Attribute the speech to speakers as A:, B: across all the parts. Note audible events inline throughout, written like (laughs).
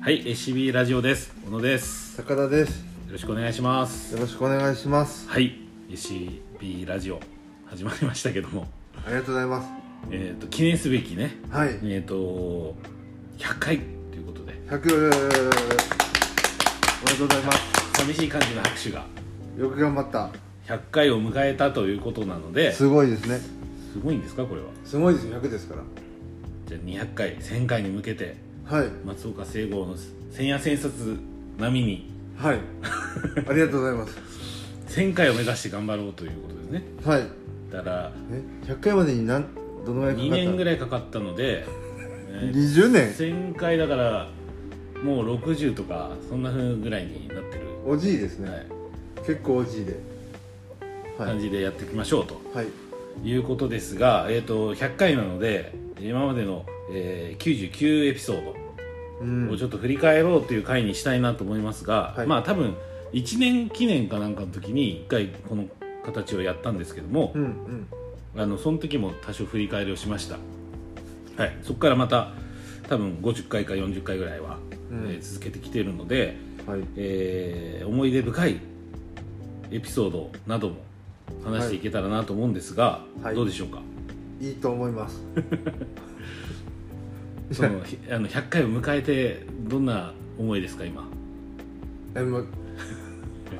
A: はい、SCB ラジオです。小野です。
B: 高田です
A: よろしくお願いします。
B: よろしくお願いします
A: はい、SCB ラジオ始まりましたけども、 (laughs)
B: ありがとうございます
A: えっ、と記念すべきね、
B: はい
A: えっ、と100回ということで、
B: 100おめでとうございます
A: 寂しい感じの拍手が
B: よく頑張った
A: 100回を迎えたということなので、す
B: すごいですね
A: ごいんですかこれは。
B: すごいですよ100ですから
A: じゃあ200回、1000回に向けて
B: はい
A: 松岡聖剛の千夜千冊並みに
B: はいありがとうございます
A: 1000回を目指して頑張ろうということですね。
B: はい
A: だから
B: え100回までに何どのぐら
A: 2
B: いかかった
A: 年ぐ
B: ら
A: らい
B: い
A: かかったので。えー
B: 20年
A: 前回だからもう60とかそんな風ぐらいになってる、
B: おじいですね、
A: はい
B: 結構おじいでは
A: 感
B: い
A: じでやっていきましょうと
B: はい
A: いうことですが、えー、と100回なので今までの、えー99エピソー
B: う
A: ドを
B: ん
A: ちょっと振り返ろうという回にしたいなと思いますが、
B: はい
A: まあ多分1年記念かなんかの時に1回この形をやったんですけども
B: う、ん
A: あのその時も多少振り返りをしました、はい、そこからまた多分50回か40回ぐらいは、
B: うん
A: えー続けてきているので、
B: うんはい
A: えー思い出深いエピソードなども話していけたらなと思うんですが、
B: はい
A: どうでしょうか、
B: いいと思い (laughs) ます
A: そのひあの100回を迎えてどんな思いですか今
B: えもう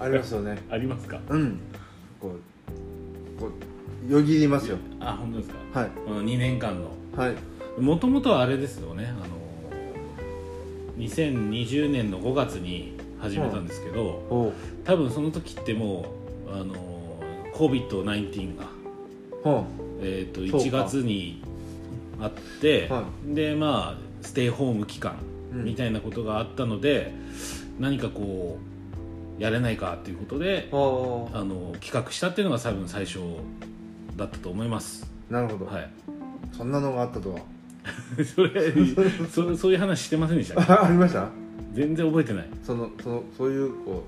B: ありますよね
A: ありますか
B: うんこうこうよぎりますよ
A: あ本当ですか
B: はい
A: この2年間の
B: はい
A: もともとはあれですよねあの2020年の5月に始めたんですけど、
B: おう
A: 多分その時ってもうあの COVID-19 が
B: ほ
A: えー、と
B: そう
A: 1
B: か
A: 月にあって、
B: は
A: でまあステイホーム期間
B: う、うん、
A: みたいなことがあったので、何かこうやれないかということで、
B: ああ
A: あの企画したっていうのが多分最初だったと思います、
B: なるほど、
A: はい、 (laughs)
B: そんなのがあったとは
A: それそそういう話してませんでしたっけ
B: (laughs) あありました
A: 全然覚えてない
B: そのそのそういうこ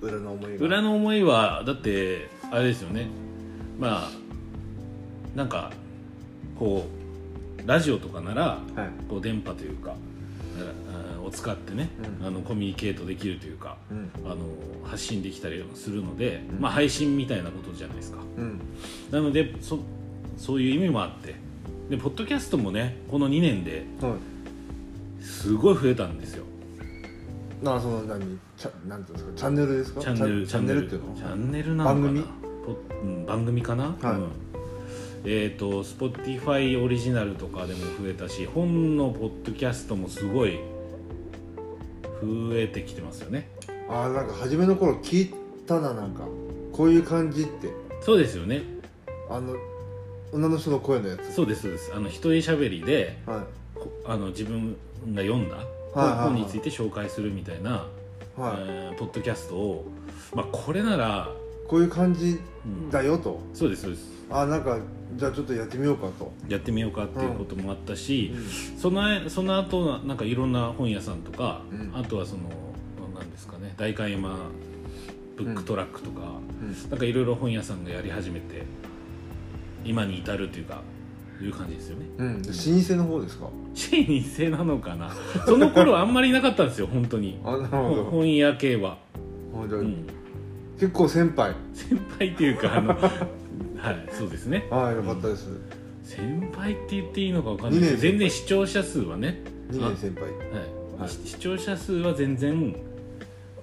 B: う裏の思いが
A: 裏の思いはだってあれですよねまあなんかこうラジオとかなら
B: はい
A: こう電波というかあを使ってね、
B: うん
A: あのコミュニケートできるというか
B: うん
A: あの発信できたりもするので、
B: うん
A: まあ、配信みたいなことじゃないですか
B: うん
A: なのでそそういう意味もあってでポッドキャストもねこの2年で
B: はい
A: すごい増えたんですよ
B: なあその何チャなんていうんですかチャンネルですか
A: チャンネル
B: チャンネルっていうの
A: チャンネルなのかな
B: 番組
A: ポッうん番組かな、
B: は
A: う
B: い
A: んえっ、と Spotify オリジナルとかでも増えたし本のポッドキャストもすごい増えてきてますよね
B: ああなんか初めの頃聞いたななんかこういう感じって
A: そうですよね
B: あの女の人の声のやつ
A: そうですそうですあの一人喋りで
B: はい
A: こあの自分が読んだ
B: はいはい
A: 本について紹介するみたいな、
B: はい、
A: えーポッドキャストを、まあ、これなら、
B: こういう感じ
A: うん
B: だよと
A: そうですそうです
B: あなんかじゃあちょっとやってみようかと、
A: やってみようかっていうこともあったし、そのその後なんかいろんな本屋さんとか、
B: うん
A: あとはその何ですかね代官山ブックトラックとか、なんかいろいろ本屋さんがやり始めて今に至るというかいう感じですよね
B: うんうん、老舗の方ですか (laughs)
A: 地位に性なのかなその頃あんまりいなかったんですよ本当に
B: あなるほ
A: ほ
B: ど
A: 本屋系は、
B: ほんと
A: うん、
B: 結構先輩
A: 先輩っていうかあのはいそうですね
B: ああよかったです、
A: 先輩って言っていいのかわかんないけど
B: 二年先輩
A: 全然視聴者数はね
B: 二2年先輩
A: はい
B: はい
A: し視聴者数は全然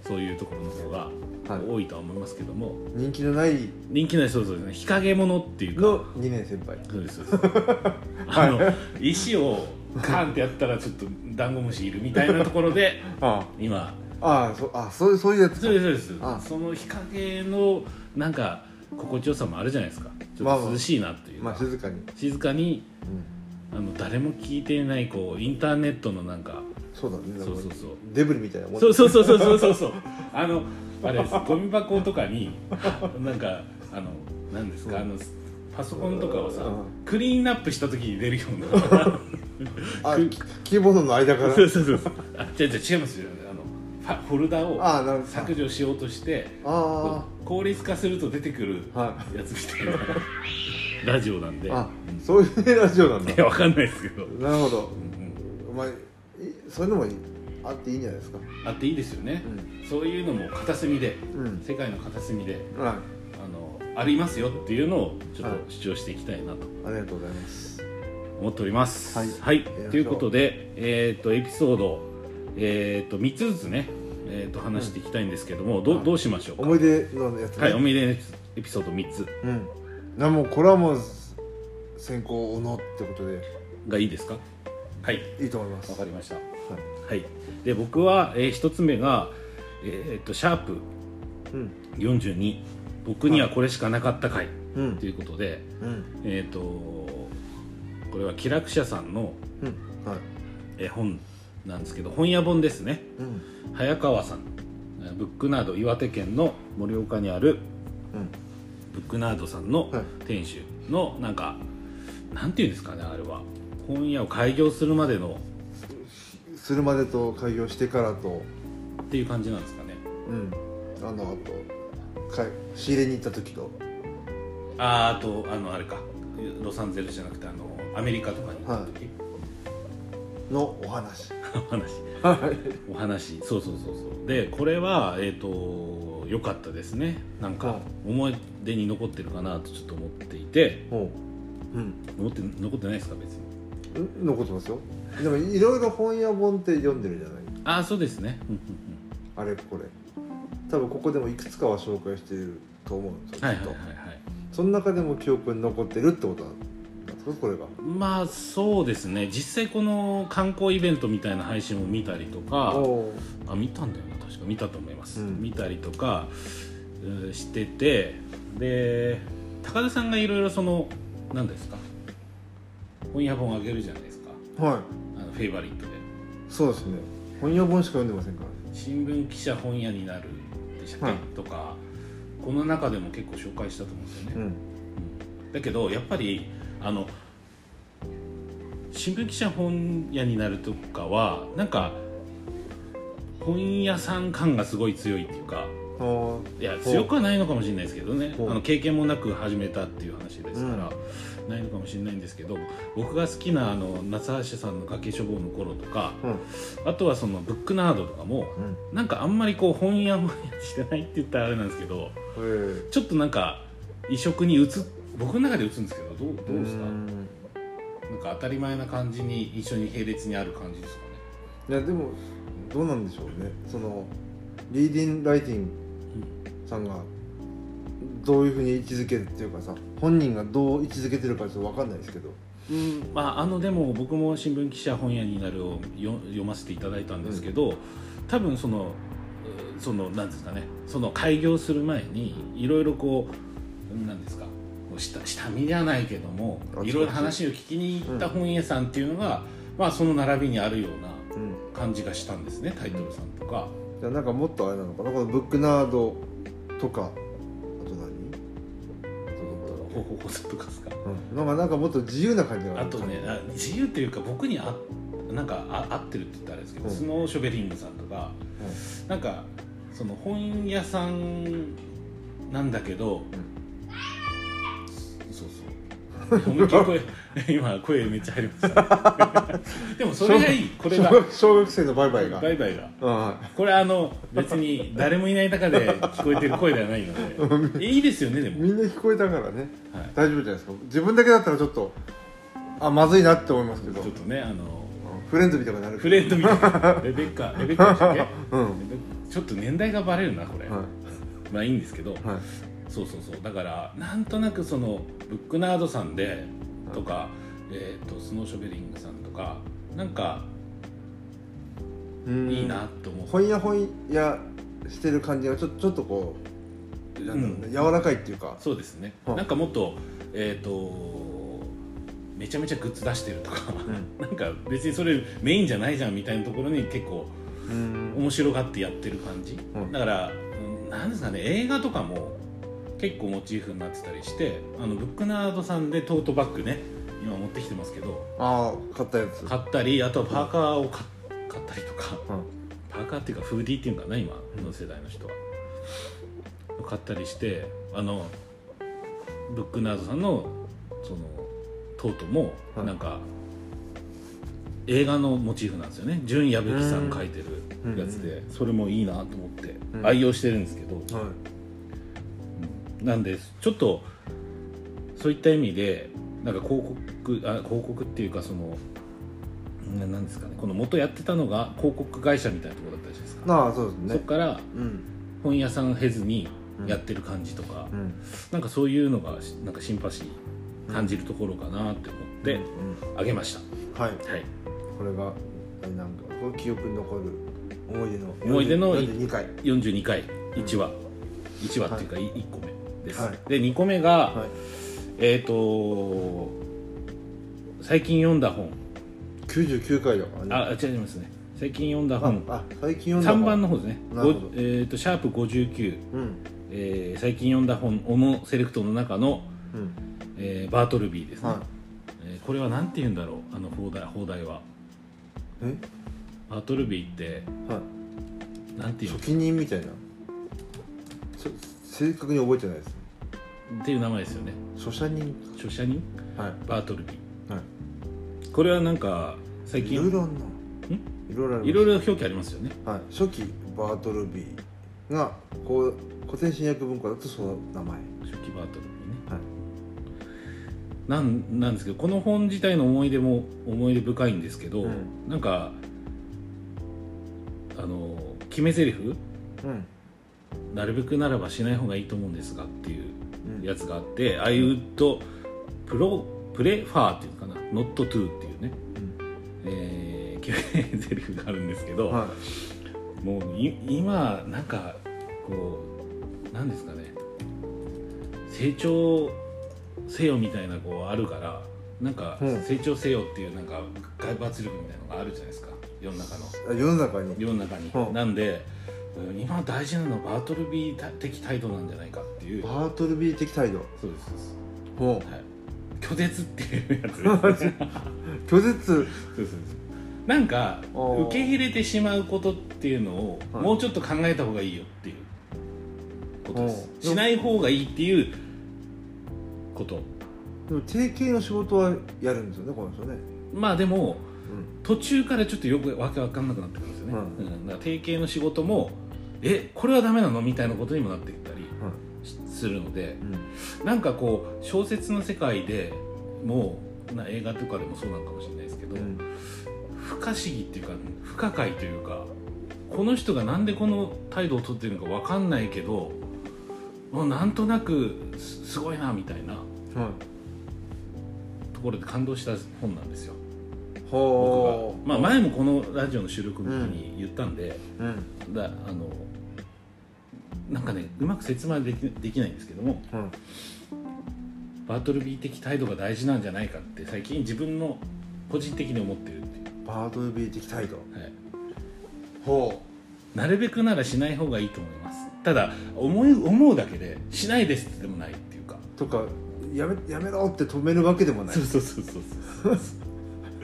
A: そういうところの方が
B: はい
A: 多いとは思いますけども、
B: 人気のない
A: 人気の人はそうですね日陰者っていうか
B: の2年先輩
A: そうです
B: (laughs)
A: そうですあの石をカーンってやったらちょっとダンゴムシいるみたいなところで
B: あ
A: 今
B: あああそあそうそういうやつ
A: そうですそう
B: あ
A: ですその日陰のなんか心地よさもあるじゃないですかちょ
B: まあ
A: っ
B: ま
A: と
B: あ
A: 涼しいなというか、
B: まあ静かに、
A: 静かに
B: うん、
A: あの誰も聞いていないこうインターネットのなんか
B: そうだねなんか
A: そうそうそう
B: デブリみたいなもん
A: そうそうそうそうそうそうそうあのあれですゴミ箱とかに (laughs) なんかあのなんですかあのパソコンとかをさ
B: うん
A: クリーンアップした時に出るような
B: あキキーボードの間から
A: そうそうそうそうあ違う違う違いますよあのファフォルダを
B: ああなるほど
A: 削除しようとして
B: あ
A: 効率化すると出てくる
B: あはい
A: やつみたい (laughs) なラジオなんで
B: あそういうラジオなんだ
A: いやわかんないですけど、
B: なるほど
A: うん
B: お前いそういうのもいいあっていいんじゃないですか
A: あっていいですよね、そういうのも片隅で
B: うんうん
A: 世界の片隅で
B: はい
A: あのありますよっていうのをちょっ
B: はい
A: と主張していきたいなと
B: ありがとうございます
A: 思っております。
B: はい
A: ということで、えー、とエピソード、えー、と3つずつね、えー、と話していきたいんですけども、ど
B: は
A: う
B: い
A: どうしましょうか、
B: 思い出のやつね
A: はい、思い出のエピソード3つ
B: うんなもうこれはもう先行おのってことで
A: がいいですかはい
B: いいと思います
A: わかりました、は
B: はい
A: い、で僕は、え1つ目が、えー、とシャープ
B: うん
A: 42僕にはこれしかなかった回
B: うん
A: ということで、
B: うん
A: えっ、とこれは気楽社さんの
B: うんはい
A: えー本なんですけど本屋本ですね
B: うん
A: 早川さんえーブックナード岩手県の盛岡にあるブックナードさんの
B: はい
A: 店主のなんか、なんていうんですかねあれは本屋を開業するまでの
B: うんするまでと開業してからと
A: っていう感じなんですかね
B: うんあのあとかい仕入れに行った時と
A: あーあとあのあれかロサンゼルスじゃなくてあのアメリカとかに行った時、
B: のお話
A: お (laughs) 話
B: はい
A: お話そうそうそうそうでこれはえっ、と良かったですねなん
B: は
A: か
B: い
A: 思い出に残ってるかなとちょっと思っていて
B: ほ (laughs) ううん
A: 残って残ってないですか別に
B: ん残ってますよでもいろいろ本屋本って読んでるじゃない
A: ああそうですねうんうん
B: あれこれ多分ここでもいくつかは紹介していると思うんです
A: うん
B: よ
A: は
B: き
A: い
B: っ
A: はい
B: と、
A: はいはい
B: その中でも記憶に残ってるってことなんですかこれが
A: まあそうですね実際この観光イベントみたいな配信を見たりとか
B: おー
A: あ見たんだよな確か見たと思います、
B: うん
A: 見たりとかうーしててで高田さんがいろいろその何ですか本屋本あげるじゃないですか
B: はい
A: あのフェイバリットで
B: そうですね本屋本しか読んでませんからね
A: 新聞記者本屋になるでしたっけ、
B: はい
A: とかこの中でも結構紹介したと思うんですよね、
B: うん
A: だけどやっぱりあの新聞記者本屋になるとかはなんか本屋さん感がすごい強いっていうか
B: あー
A: いや
B: ほう
A: 強くはないのかもしれないですけどねあ
B: ほう
A: の経験もなく始めたっていう話ですから、ないのかもしれないんですけど僕が好きなあの夏橋さんの崖書房の頃とか
B: うん
A: あとはそのブックナードとかも
B: うん
A: なんかあんまりこう本屋本屋してないって言ったらあれなんですけど
B: えー
A: ちょっとなんか移植に移っ僕の中で移るんですけどどうどうですか
B: ー
A: なん
B: ん
A: か当たり前な感じに一緒に並列にある感じですかね
B: いやでもどうなんでしょうねそのリーディングライティングさんがどういうふうに位置づけるっていうかさ本人がどう位置づけてるかちょっと分かんないですけど
A: うんまああのでも僕も新聞記者本屋になるをよ読ませていただいたんですけど、多分そのうそのなんですかねその開業する前にいろいろこうなんですかこう下下見じゃないけども
B: あ
A: いろいろ話を聞きに行った本屋さんっていうのが、まあその並びにあるような
B: うん
A: 感じがしたんですねタイトルさんとか。
B: じゃあなんかもっとあれなのかなこのブックナードとかあと何
A: ほほほさんとかですか
B: うん、なんかなんかもっと自由な感じが
A: あとねあ自由っていうか僕にあなんかあ合ってるって言ったらあれですけど、
B: うん
A: スノーショベリングさんとか、なんかその本屋さんなんだけど、そう (laughs) そう思いっきり声今声めっちゃ入りました (laughs) でもそれがいいこれが
B: 小学小学生のバイバイが
A: バイバイが
B: うん
A: これあの別に誰もいない中で聞こえてる声ではない (laughs) のでいいですよねでも、
B: みんな聞こえたからね
A: はい、
B: 大丈夫じゃないですか自分だけだったらちょっとあまずいなって思いますけ
A: ち
B: ど
A: ょっとねあの
B: うんフレンドリーとかになる
A: フレンドみたいなレベッカレベッカでしたっけレ
B: うんは
A: ベッカちょっと年代がバレるなこれ、
B: いは
A: まあいいんですけど
B: い
A: そうそうそうだからなんとなくそのブックナードさんでとか、えー、とスノーショベリングさんとかなんか
B: うん
A: いいなと思う、
B: 本屋本屋してる感じがちょちょっとこうなんだろうね
A: うん
B: 柔らかいっていうか
A: そうですね、
B: はい
A: なんかもっとえっ、とめちゃめちゃグッズ出してるとか (laughs)
B: うん
A: なんか別にそれメインじゃないじゃんみたいなところに結構
B: うん
A: 面白がってやってる感じ、
B: うん
A: だからうんなんですかね映画とかも結構モチーフになってたりしてあのブックナードさんでトートバッグね今持ってきてますけど
B: ああ買ったやつ
A: 買ったりあとはパーカーを買買ったりとか
B: うん
A: パーカーっていうかフーディーっていうのかな今の世代の人は買ったりしてあのブックナードさんのそのトートも
B: はい
A: なんか、映画のモチーフなんですよね純矢吹さん描いてるやつで、それもいいなと思って
B: うん
A: 愛用してるんですけど、
B: はい
A: なんですちょっとそういった意味でなんか広告あ広告っていうかそのななんですかねこの元やってたのが広告会社みたいなところだったじゃないですか、
B: なあそうです
A: そ
B: ね
A: こから
B: うん
A: 本屋さん経ずに
B: うん
A: やってる感じとか、
B: うん
A: なんかそういうのがしなんかシンパシー感じるところかなって思って
B: うん
A: あげました、
B: はい
A: はい、
B: これがなんかこう記憶に残る思い出の
A: 思い出の
B: 42回
A: 42回1話、一話っていうかい1個目です、
B: はい
A: で2個目が、
B: はい
A: えっ、と最近読んだ本
B: 99回だからね
A: あ違いますね最近読んだ
B: あ
A: 本
B: あ最近読ん
A: 3
B: だ
A: 番の方ですね
B: なるほど
A: ごえー、とシャープ59、
B: うん
A: えー最近読んだ本小野セレクトの中の、
B: うん
A: えーバートルビーですね、
B: はい
A: えーこれはなんて言うんだろうあの放題放題は
B: え
A: バートルビーって
B: は
A: なんて
B: い
A: 言う
B: 初期人みたいなそ正確に覚えてないです
A: っていう名前ですよね
B: 書写人
A: 著者人
B: はい
A: バートルビー、
B: はい
A: これはなんか最
B: い
A: 近
B: ろいろあんないろいろあります
A: いろいろ表記ありますよね
B: はい、初期バートルビーがこう古典新約文化だとその名前
A: 初期バートルビーね、
B: はい
A: なんなんですけどこの本自体の思い出も思い出深いんですけど、
B: うん
A: なんかあの決め台詞
B: うん
A: なるべくならばしない方がいいと思うんですがっていう
B: うん
A: やつがあって「I would プロプレファー」っていうのかな「not to」っていうね、えー決め台詞があるんですけど、
B: は
A: もうい今なんかこうなんですかね成長せよみたいなこうあるからなんか
B: うん
A: 成長せよっていうなんか外部圧力みたいなのがあるじゃないですか世の中の
B: い、世の中に
A: 世の中に、
B: うん
A: なんでうん今大事なのはバートルビー的態度なんじゃないかっていう
B: バートルビー的態度
A: そうですそうです
B: も (laughs)
A: はい拒絶っていうやつ
B: う
A: ですそう
B: 拒絶
A: ですそうですなんか
B: あー
A: 受け入れてしまうことっていうのを、
B: はい
A: もうちょっと考えた方がいいよっていうことです
B: おう
A: しない方がいいっていうこと
B: でも定型の仕事はやるんですよねこの人ね
A: まあでも
B: うん
A: 途中からちょっとよくわけわかんなくなってくるんですよね、
B: う
A: うんんだから定型の仕事もえこれはダメなのみたいなことにもなってきたりしするのでなんかこう小説の世界でもうな映画とかでもそうなのかもしれないですけど、
B: うんうん
A: 不可思議っていうか不可解というかこの人がなんでこの態度をとってるのかわかんないけどもうなんとなくすすごいなみたいな
B: はい
A: ところで感動した本なんですよ
B: ほ
A: 僕
B: う
A: が、まあ、前もこのラジオの収録の時に言ったんで、
B: うん
A: だあのなんかねうまく説明はできできないんですけども
B: うん
A: バートルビー的態度が大事なんじゃないかって最近自分の個人的に思ってるってい
B: バートルビー的態度
A: う、はい、
B: ほ
A: なるべくならしない方がいいと思いますただ思い思うだけでしないですってでもないっていうか
B: うとかやめやめろって止めるわけでもない、
A: そううそうそうそうそう
B: ん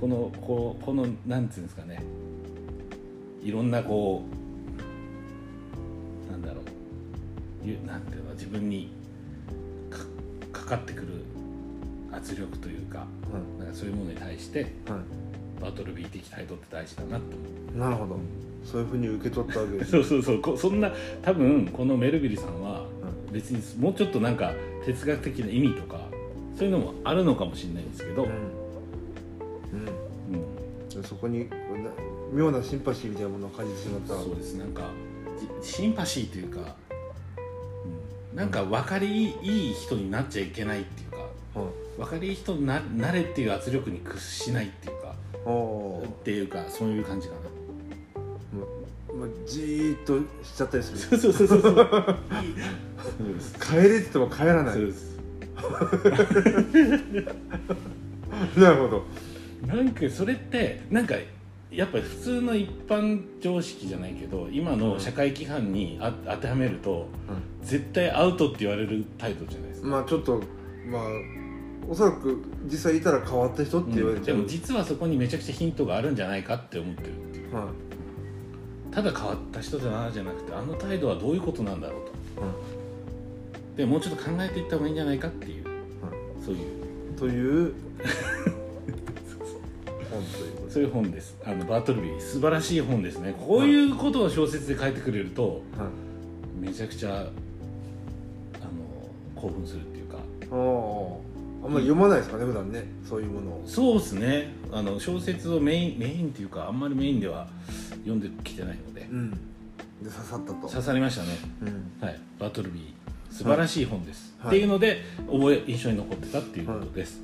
A: このこうこのなんていうんですかねいろんなこうなんだろうゆなんていうの自分にかかかってくる圧力というか
B: うん
A: なんかそういうものに対して
B: は
A: バトルビー的態度って大事だなって思う
B: い、なるほどそういうふうに受け取ったわけです
A: (laughs) そうそうそうこそんな多分このメルビルさんは
B: う
A: 別にもうちょっとなんか哲学的な意味とかそういうのもあるのかもしれないんですけど、
B: うん、うん
A: うん
B: そこにこうな妙なシンパシーみたいなものを感じてしまった
A: そうですなんかじシンパシーというか、うん、なんか分かりいいいい人になっちゃいけないっていうか
B: はい
A: 分かりいい人にななれっていう圧力に屈しないっていうか
B: おー
A: っていうかそういう感じかな
B: まあ、じーっとしちゃったりする
A: (laughs) そうそうそうそうそう (laughs)
B: 帰れって言っても帰らない
A: そうです
B: (laughs) なるほど
A: なんかそれってなんかやっぱり普通の一般常識じゃないけど今の社会規範にあ当てはめると、絶対アウトって言われる態度じゃないですか、
B: まあちょっとまあおそらく実際いたら変わった人って言われ
A: うん
B: ち
A: で
B: ゃう、
A: も実はそこにめちゃくちゃヒントがあるんじゃないかって思ってるっていう
B: はい
A: ただ変わった人だなじゃなくてあの態度はどういうことなんだろうとでもうちょっと考えていった方がいいんじゃないかっていう、そういう
B: という
A: そういう本ですあのバートルビー素晴らしい本ですねこういうことを小説で書いてくれると
B: はい
A: めちゃくちゃあの興奮するっていうか
B: あああんまり読まないですかね、普段ねそういうものを
A: そうですねあの小説をメインメインっていうかあんまりメインでは読んできてないので
B: うんで刺さったと
A: 刺さりましたね
B: うん
A: はいバートルビー素晴らしい本です、
B: はい
A: っていうので覚え印象に残ってたっていうことです、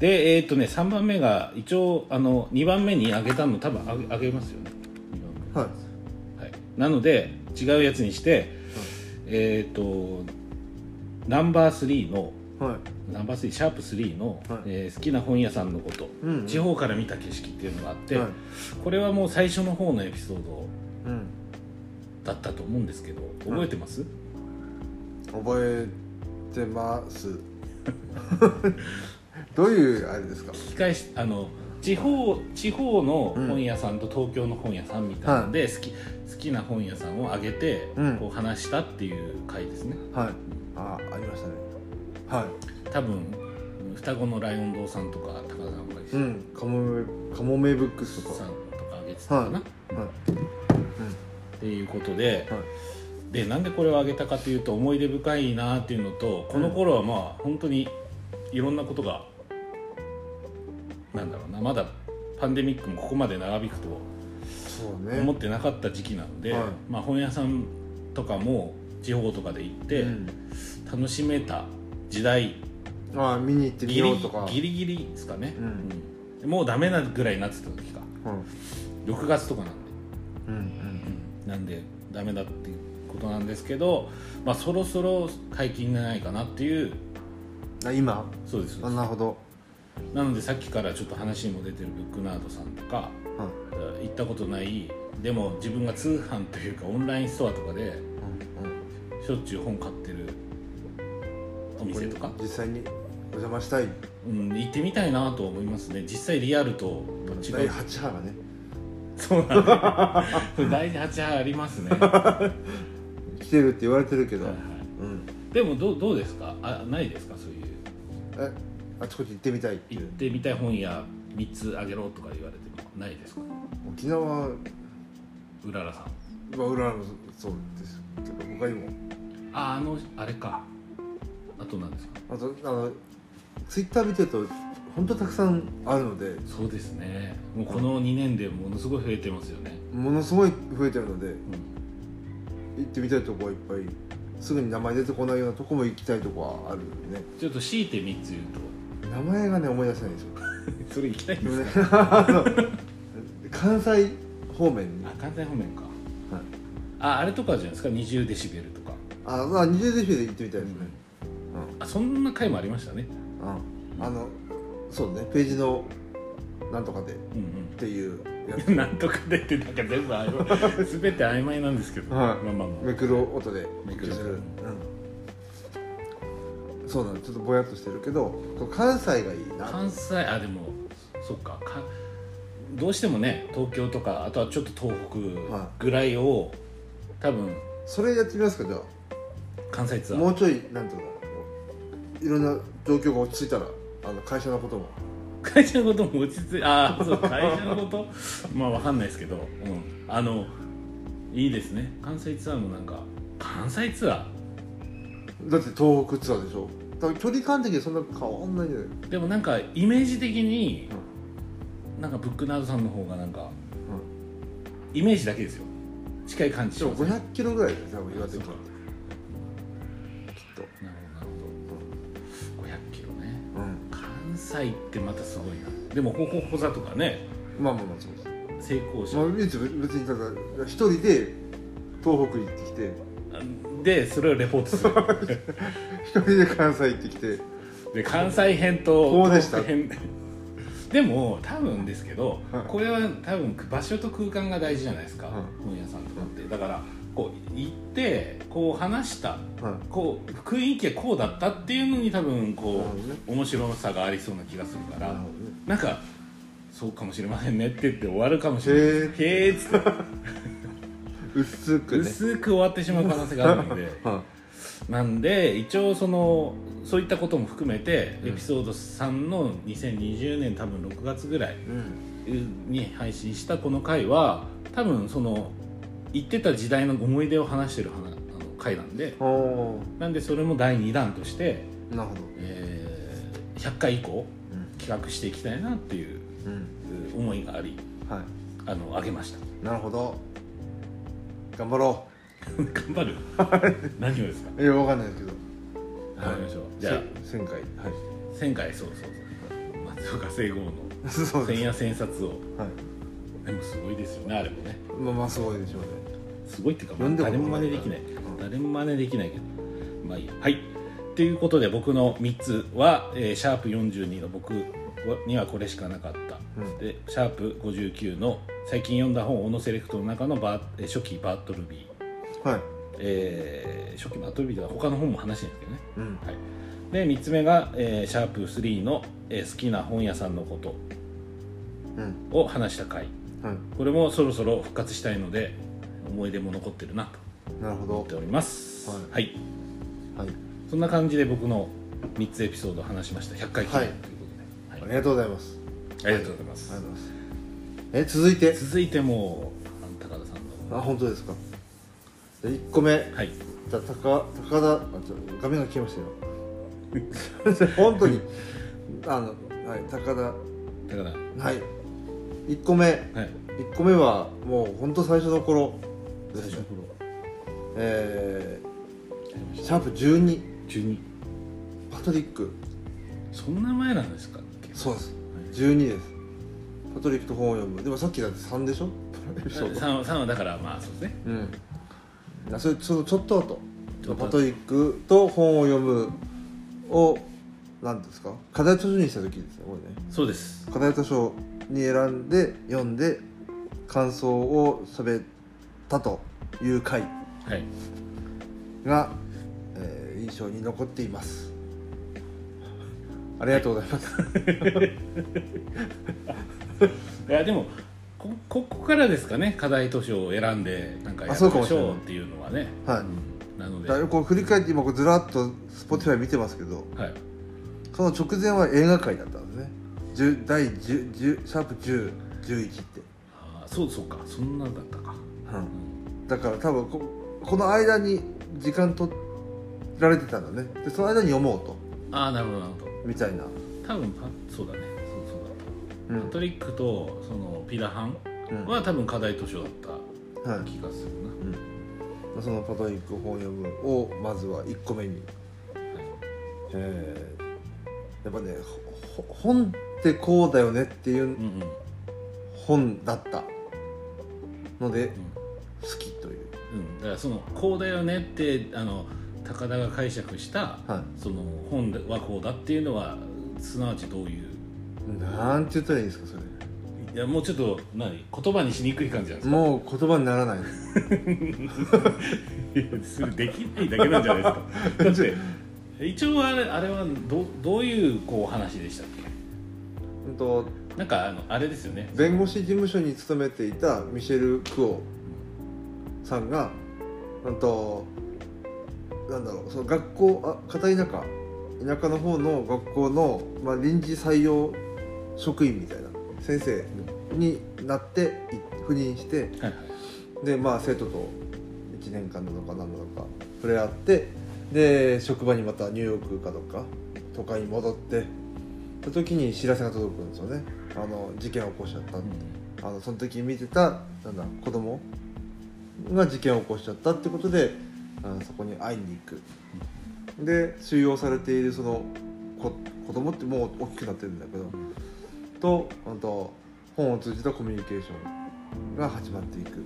A: でえーっとね3番目が一応あの2番目にあげたの多分あげあげますよね二番目
B: はい
A: はい、なので違うやつにして、えっ、とナンバー3の
B: はい
A: ナンバー3シャープ3の、
B: はい
A: えー好きな本屋さんのこと、
B: うん
A: 地方から見た景色っていうのがあって、
B: はい
A: これはもう最初の方のエピソード
B: うん
A: だったと思うんですけど覚えてます、
B: 覚えてます (laughs) どういうあれですか
A: 聞き返しあの地方地方の本屋さんと東京の本屋さんみたいなので、好き好きな本屋さんを挙げて、
B: うん
A: こう話したっていう回ですね
B: はいあありましたねは
A: 多分双子のライオン堂さんとか高田さんとかです
B: いうんカモメカモメブックスと
A: さ
B: か
A: んとかあげてたかな、
B: はいはい
A: っていうことで、
B: は
A: でなんでこれをあげたかというと思い出深いなっていうのとこの頃はまあ本当にいろんなことがなんだろうなまだパンデミックもここまで長引くと
B: そうね
A: 思ってなかった時期なので、
B: はい
A: まあ、本屋さんとかも地方とかで行って
B: うん
A: 楽しめた時代
B: ああ見に行ってみ
A: ギ
B: よ
A: リ
B: うとか
A: ギリギリですかね、
B: うん
A: うんもうダメなぐらいになってた時か
B: うん
A: 6月とかなんで
B: うんうん
A: なんでダメだっていうことなんですけど、まあ、そろそろ解禁じゃないかなっていう
B: あ今
A: そうです
B: あ
A: な
B: なるほど
A: のでさっきからちょっと話にも出てるブックナードさんとか
B: はい
A: 行ったことないでも自分が通販というかオンラインストアとかで
B: うん
A: しょっちゅう本買ってるお
B: うんこ
A: 店
B: れ
A: とか、
B: 実際にお邪魔したい
A: うん、行ってみたいなと思いますね実際リアルと違
B: 第
A: う
B: 8波がね
A: そうなんだ大事8あります (laughs) ね、は
B: 来てるって言われてるけ
A: い
B: ど、
A: はい
B: うん
A: でもどうどうですかあないですかそういう
B: えあちこち行ってみたいってい
A: 行っ
B: う
A: てみたい本屋3つあげろとか言われてもないですか
B: 沖縄は
A: うららさん
B: 裏のそうですけど他にも
A: ああのあれかあと何ですか
B: あとあのツイッター見てると本当たくさんあるので
A: そうですねもうこの2年でものすごい増えてますよね、
B: ものすごい増えてるので
A: うん、
B: 行ってみたいとこはいっぱいすぐに名前出てこないようなとこも行きたいとこはあるんでね
A: ちょっと強いて3つ言う
B: 名前がね思い出せないんですよ
A: と (laughs) それ行きたいん
B: で
A: で
B: も
A: す
B: ね
A: か
B: あの (laughs) 関西方面に
A: あ関西方面か、
B: はい
A: ああれとかじゃないですか20デシベルとか
B: ああ20デシベルで行ってみたいですね
A: あそんな回もありましたね
B: うん、あのそうねページのなんとかでっ
A: うん
B: ていうや
A: うん (laughs) なんとかでってなんか全部曖昧 (laughs) 全て曖昧なんですけど、
B: はい
A: まあまあ
B: つ
A: ま
B: め
A: あ
B: くる音で
A: めくる
B: する、うん、そうなのちょっとぼやっとしてるけど関西がいいな
A: 関西あでもそっかかどうしてもね東京とかあとはちょっと東
B: は
A: 北ぐらいを多分
B: それやってみますかじゃあ
A: 関西ツア
B: も
A: ー
B: うちょいなんていうのかないろんな状況が落ち着いたらあの会社のことも
A: 会社のことも落ち着いああそう会社のこと (laughs) まあわかんないですけど、うん、あのいいですね関西ツアーもなんか関西ツア
B: だって東北ツアーでしょだから距離感的にそんな変わんないんじゃない
A: ーでもなんかイメージ的に、なんかブックナードさんの方がなんか、イメージだけですよ近い感じし
B: でも
A: ますね
B: 500キロぐらいで多分岩手県って
A: なるほどなる
B: きっと
A: ほど500キロね
B: うん
A: 関西ってまたすごいなでもほほほざとかね
B: まあまあまあそうです
A: 成功
B: ま
A: 者
B: あ、別にただ一人で東北行ってきて
A: でそれをレポートする
B: 一人で関西行ってきて
A: で関西編と
B: こうでした
A: 東北編 (laughs) でも多分ですけど、
B: はい
A: これは多分場所と空間が大事じゃないですか、
B: はい
A: 本屋さんとかってだからこう行ってこう話した
B: は
A: こう雰囲気がこうだったっていうのに多分
B: い
A: こう面白さがありそうな気がするから、
B: なるほどね
A: なんかそうかもしれませんねって言って終わるかもしれない
B: へ
A: へえっつって
B: え薄くね (laughs)
A: 薄く終わってしまう可能性があるので
B: は
A: なんで一応そのそういったことも含めて、
B: うん
A: エピソード3の2020年多分6月ぐらい
B: うん
A: に配信したこの回は多分その言ってた時代の思い出を話してる話あの回なんで
B: お
A: なんでそれも第2弾として、
B: ーなるほど
A: えー100回以降
B: うん
A: 企画していきたいなっていう
B: うん
A: えー思いがあり
B: は
A: あの上げました (laughs)
B: いなるほど頑張ろ
A: 頑張る何をですか
B: ういやわかんないですけど
A: 頑張りましょうじゃあ
B: せ1000回はい
A: 1000回そうそうそう松岡聖剛の
B: そうです
A: 千夜千冊を
B: はい
A: でもすごいですよねあれもね
B: まあまあすごいでしょうね
A: すごいっていうか、
B: 読んでも
A: 誰も真似できない、
B: うん
A: 誰も真似できないけどまあいいやはいということで僕の3つは、えーシャープ42の僕にはこれしかなかった
B: うん
A: でシャープ59の最近読んだ本「オノセレクト」の中のバーえー初期バートルビー、
B: はい
A: えー初期バートルビーでは他の本も話してるんですけどね
B: うん
A: で3つ目が、えーシャープ3の、えー好きな本屋さんのこと
B: うん
A: を話した回
B: はい
A: これもそろそろ復活したいので思い出も残ってるなと
B: なるほど
A: 思っております
B: はい
A: はい
B: はい
A: そんな感じで僕の3つエピソードを話しました100回記念
B: はい
A: ということで、
B: あ
A: は
B: りがとうございます
A: い、ありがとうございま
B: あり
A: す、
B: がとうございますえ続いて
A: 続いてもう高田さん
B: あ
A: の
B: 本当ですかじゃあ1個目
A: はい
B: じゃあ高高田あちょ画面が消えましたよ (laughs) 本当にあのはい高田
A: 高田
B: はい1個目
A: はい
B: 1個目はもう本当最初の頃で
A: 最
B: す
A: 初
B: ね
A: の頃は
B: え
A: やりま
B: ー
A: し
B: シ
A: た
B: ャープ12
A: 12
B: パトリック
A: そんな前なんですかっけ
B: そうです12ですパトリックと本を読むでもさっきだって3で
A: (laughs)
B: しょエピソード
A: 3は3はだからまあそうですね
B: うんなそれそのちょっと後
A: ちょっと後
B: パトリックと本を読むを何ですか課題図書にした時ですねこれね
A: そうです
B: 課題図書に選んで読んで感想を喋ったという回
A: はい
B: が、えー印象に残ってい (laughs) ますありがとうございます、
A: いやでもこここからですかね課題図書を選んでなんかや
B: あ
A: り
B: そう
A: ま
B: かもし
A: し
B: れない
A: ょうっていうのはね
B: はい
A: なので
B: だ
A: はい
B: からこう振り返って今こうずらっと Spotify 見てますけどその直前は映画界だったんですね10第10 10シャープ1011って、
A: あーそうそうかそんなだったか
B: だから多分ここの間に時間取られてたんだねでその間に読もうと
A: ああなるほどなるほど
B: みたいな、
A: 多分パそうだねそうそうだ
B: う
A: パ
B: ん
A: トリックとそのピラハン
B: うんは
A: は多分課題図書だった
B: い
A: 気がするな、
B: うん、そのパトリック本読むをまずは1個目に、えーやっぱねほほ本ってこうだよねっていう
A: うんうんうん
B: 本だったので好きという、
A: うんだからそのこうだよねってあの高田が解釈した
B: は
A: その本はこうだっていうのはすなわちどういう
B: い、なんて言ったらいいんですかそれ
A: いやもうちょっと何言葉にしにくい感じなんですか
B: もう言葉になら (laughs) ない
A: いやそれできないだけなんじゃないですか (laughs) だって一応あれあれはどどういうこう話でしたっけ
B: うんと
A: なんかあのあれですよね
B: 弁護士事務所に勤めていたミシェル・クオさんがうんとなんだろうその学校あ片田舎田舎の方の学校の、まあ、臨時採用職員みたいな先生になってい赴任して
A: はいはい
B: でまあ生徒と1年間なのか何なのか触れ合ってで職場にまたニューヨークかどっか都会に戻ってた時に知らせが届くんですよねあの事件を起こしちゃったってあのその時見てたなんだ子供が事件を起こしちゃったってことであのそこに会いに行くで収容されているその子子供ってもう大きくなってるんだけどとあと本を通じたコミュニケーションが始まっていく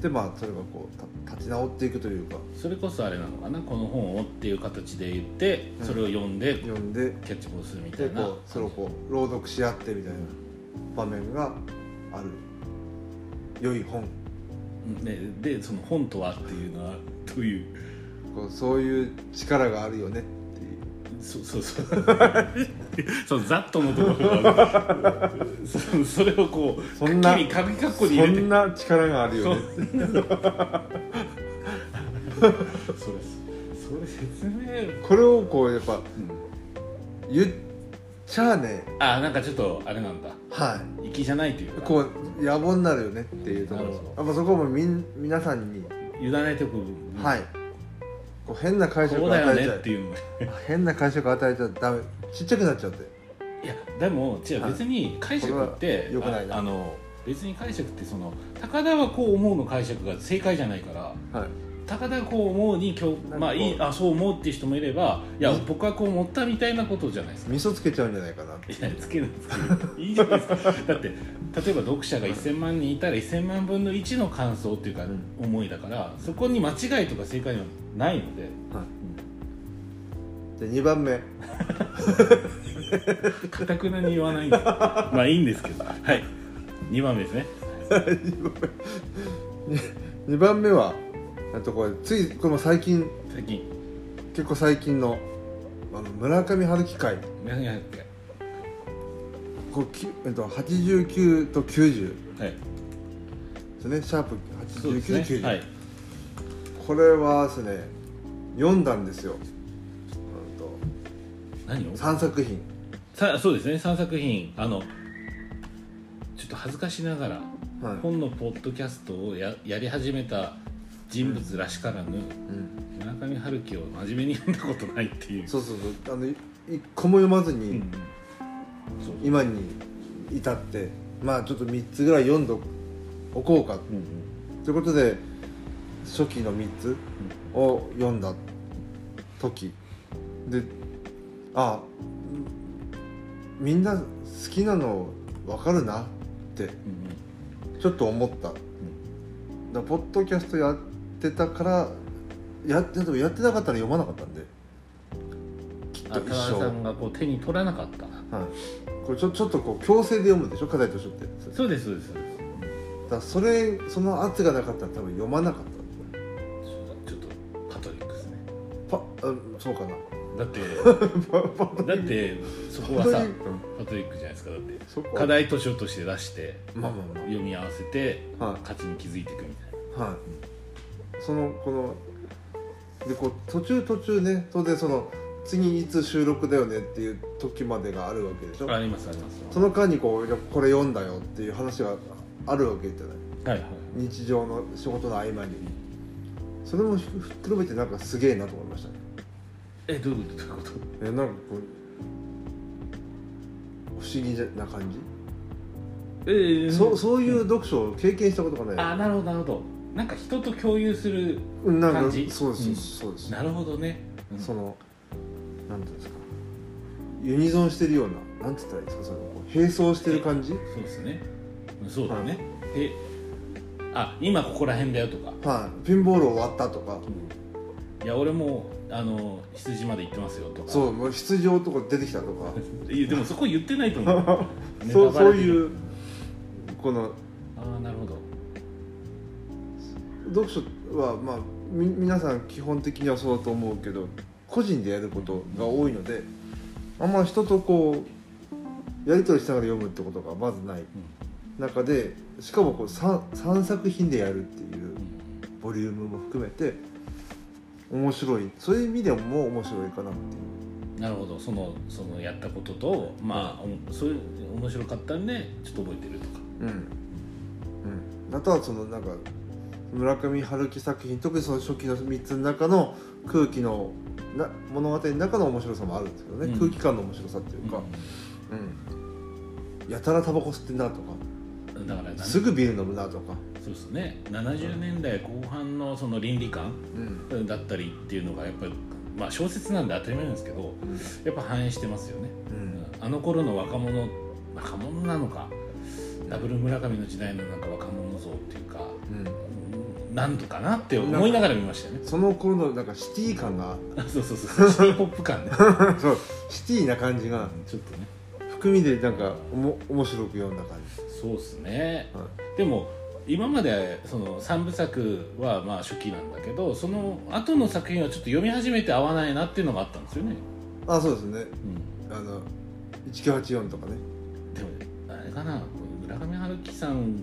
B: でまあそれがこうた立ち直っていくというか
A: それこそあれなのかなこの本をっていう形で言って
B: うん
A: それを読んで
B: 読んで
A: キャッチボールするみた
B: で
A: いな、
B: こうそれをこう朗読し合ってみたいな場面がある良い本
A: うんででその本とはっていうのはどういう
B: こうそういう力があるよねっていう
A: そそう
B: (laughs)
A: そうそのざっとのところがそそれをこう
B: そんな
A: かっきり鍵括
B: そ
A: 弧に入れて
B: んな力があるよね
A: (laughs) そうです
C: それ説明、
B: これをこうやっ
C: う
B: ぱ
C: ん
B: 言っちゃあね
A: ああなんかちょっとあれなんだ
B: は
A: 粋じゃないという
B: い
A: か
B: こう野暮になるよねっていうところ
A: なるほど
B: やっぱそこもみん皆さんに、
A: 委ねておく
B: はいこう変な解釈
A: こ
B: を
A: うだよ
B: 与え
A: ね
B: ちゃう
A: っていうの
B: 変な解釈を与えちゃダメちっちゃくなっちゃって
A: いやでも違う
B: はい
A: 別に解釈って
B: これは良くないな
A: ああの別に解釈ってその高田はこう思うの解釈が正解じゃないから
B: はい
A: 高田がこう思うに今日
B: なんかこう
A: まあいいあそう思うっていう人もいればいや
B: うん
A: 僕はこう思ったみたいなことじゃないですか。
B: 味噌つけちゃうんじゃないかない
A: やつけないつけないいいじゃないですかだって例えば読者が1000万人いたら1000万分の1の感想っていうか
B: うん
A: 思いだからそこに間違いとか正解はないので
B: はいで2番目
A: かたくなに言わない
B: (laughs)
A: んですまあいいんですけどはい2番目ですね
B: 2番目はあとこれついこれも最近
A: 最近
B: 結構最近のあの村上春樹会
A: 何やったっ
B: こうきえっと89と90
A: けはい
B: ですねシャープ
A: そうで
B: 89
A: す
B: と90、
A: ねはい
B: これはですね読んだんですようんと
A: 何を
B: 三作品
A: さそうですね3作品あのちょっと恥ずかしながら
B: はい、
A: 本のポッドキャストをややり始めた人物らしからぬ
B: うん、
A: 村上春樹を真面目に読んだことないっていう
B: そうそうそうあのい一個も読まずに、
A: うんそう
B: 今に至ってまあちょっと3つぐらい読んどおこうか
A: うん
B: ということで初期の3つを読んだ時であうんみんな好きなの分かるなって
A: うん
B: ちょっと思った、だポッドキャストやってたからやってでもやってなかったら読まなかったんできっ
A: あ
B: と一
A: 田原
B: 生、
A: さ
B: はい
A: んがこう手に取らなかった、
B: これちょちょっとこう強制で読むでしょ課題図書って
A: そうですそうですそうで
B: だからそれその圧がなかったら多分読まなかった
A: すちょっとカトリックですね
B: パあそうかな
A: だって
B: パパパ
A: だってそこは
B: パ
A: さ
B: うん
A: カトリックじゃないですかだって
B: そこ
A: 課題図書として出して
B: まあまあま
A: 読み合わせて
B: あは
A: 価値に気づいていくみたいない
B: はいそのこのでこう途中途中ね当然その次いつ収録だよねっていう時までがあるわけでしょ
A: ありますあります
B: その間にこういやこれ読んだよっていう話があるわけじゃない
A: はいはい
B: 日常の仕事の合間にそれもひっくるめてなんかすげえなと思いましたね
A: えどういうことどういうこと
B: えなんかこう不思議な感じ
A: ええ
B: そうそういう読書を経験したことがない、
A: あなるほどなるほどなんか人と共有する
B: うん、なんか
A: 感じ
B: そうです、
A: うん
B: そうです、
A: なるほどね、うん
B: そのなんていうんですかユニゾンしてるようななんて言ったらいいですかそのこう並走してる感じはい、
A: そうですねそうだね、えあ今ここら辺だよとか
B: ピンボール終わったとか
A: いや俺もあの羊まで行ってますよとか
B: そうもう出場とか出てきたと
A: (laughs)
B: か (laughs)
A: いやでもそこ言ってないと思うネ
B: そう
A: タバ
B: そう
A: レ的
B: いうこの
A: ああなるほど
B: 読書はまあみ皆さん基本的にはそうだと思うけど個人でやることが多いのであんま人とこうやり取りしながら読むってことがまずない中でしかもこう 3, 3作品でやるっていうボリュームも含めて面白いそういう意味でも面白いかなっていう
A: なるほどそのそのやったこととまあ、おそういう面白かったんでちょっと覚えてるとか
B: うん、うん、あとはそのなんか村上春樹作品特にその初期の3つの中の空気のな物語の中の面白さもあるんですけどね、
A: うん
B: 空気感の面白さっていうか、うんやたらタバコ吸ってんなとか
A: うんだからな
B: すぐビール飲むなとか、
A: そうですね70年代後半のその倫理観
B: うん
A: だったりっていうのがやっぱりまあ小説なんで当たり前なんですけど
B: うん
A: やっぱ反映してますよね、うんあの頃の若者若者なのかダブル村上の時代のなんか若者像っていうか
B: うん
A: うんなんとかなって思いながら見ましたよね
B: その頃のなんかシティ感が
A: (laughs) そうそうそうシティポップ感ね
B: (laughs) そうシティな感じが
A: ちょっとね
B: 含みでなんかおも面白く読んだ感じ、
A: そうっすね
B: は
A: でも今までその3部作はまあ初期なんだけどその後の作品はちょっと読み始めて合わないなっていうのがあったんですよね、
B: い、あそうですね
A: うん
B: あの1984とかね
A: でもあれかな村上春樹さん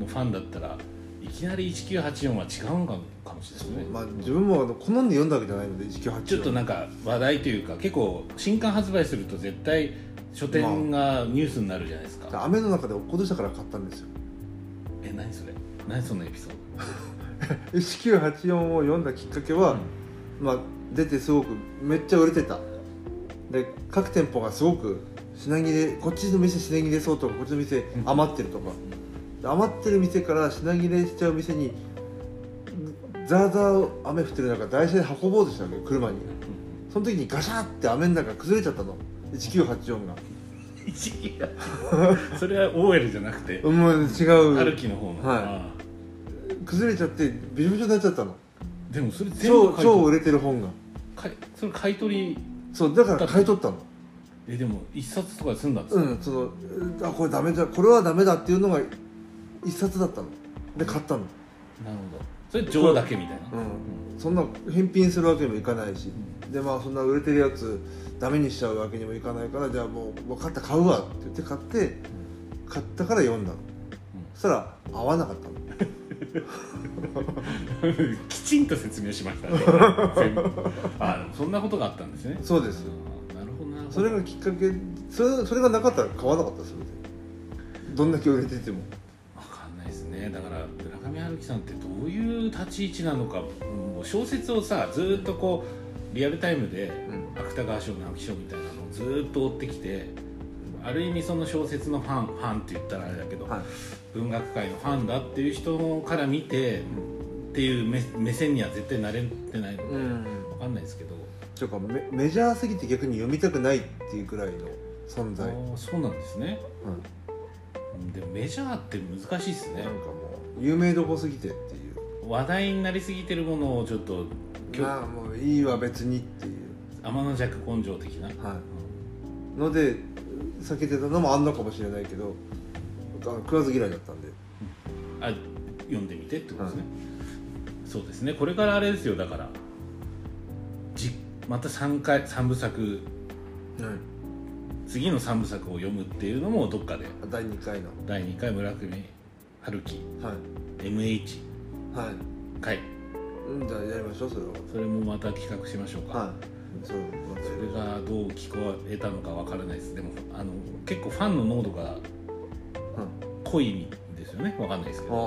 A: のファンだったらいきなり1984は違うのかかもしれないですね、
B: まあ、自分もあの好んで読んだわけじゃないので1984
A: ちょっとなんか話題というか結構新刊発売すると絶対書店がニュースになるじゃないですか、
B: 雨の中で落っことしたから買ったんですよ
A: え何それ何そのエピソード
B: 1984を読んだきっかけは、まあ、出てすごくめっちゃ売れてたで各店舗がすごく品切れこっちの店品切れそうとかこっちの店
A: ん
B: 余ってるとか、で余ってる店から品切れしちゃう店にザーザー雨降ってる中台車で運ぼうとしたわけよ車にその時にガシャーって雨の中崩れちゃったの1984が
A: それは OL じゃなくて
B: うんもう違
A: 歩
B: う
A: きの方の、
B: はい
A: あ
B: 崩れちゃってびしょびしょになっちゃったの
A: あでもそれ全部
B: 超
A: 買い
B: 超
A: 取
B: 売れてる本が
A: 買いそれ買い取り
B: そうだから買い取ったの
A: えでも一冊とかで済んだんですか、
B: うんそのあこれダメだこれはダメだっていうのが一冊だったので買ったの、
A: なるほどそれ情だけみたいな、
B: うん、そんな返品するわけにもいかないし、でまあそんな売れてるやつダメにしちゃうわけにもいかないからじゃあもう分かった買うわって言って買って買ったから読んだの、そしたら合わなかったの
A: きちんと (laughs) 説明しま
B: (laughs)
A: したね全部あでもそんなことがあったんですね
B: そうです
A: あーなるほどなるほど
B: それがきっかけそれそれがなかったら買わなかったそれでどんだけ売れてても
A: わかんないですねだから村上春樹さんってどういう立ち位置なのかもう小説をさずーっとこうリアルタイムで
B: うん
A: 芥川賞直木賞みたいなのをずーっと追ってきてある意味その小説のファンファンって言ったらあれだけど、
B: はい
A: 文学界のファンだっていう人から見てっていう目目線には絶対なれてないので、
B: うん
A: わかんないですけど、
B: ちょっとメメジャーすぎて逆に読みたくないっていうくらいの存在、
A: あーそうなんですね
B: うん
A: うんでもメジャーって難しいですね
B: なんかもう有名どこすぎてっていう
A: 話題になりすぎてるものをちょっと今日
B: まあもういいわ別にっていう、
A: 天の弱根性的な、
B: は
A: うん
B: い、ので避けてたのもあんのかもしれないけどあの食わず嫌いだったんで
A: あ読んでみてってことですね、そうですねこれからあれですよだからじまた3回三部作次の3部作を読むっていうのもどっかで
B: 第2回の
A: 第2回村上春樹
B: はい
A: MH
B: はい
A: 回
B: うんじゃあやりましょうそれ
A: それもまた企画しましょうか、
B: ははいそうまた
A: それがどう聞こえたのかわからないですでもあの結構ファンの濃度が濃いんですよねわかんないですけど
B: う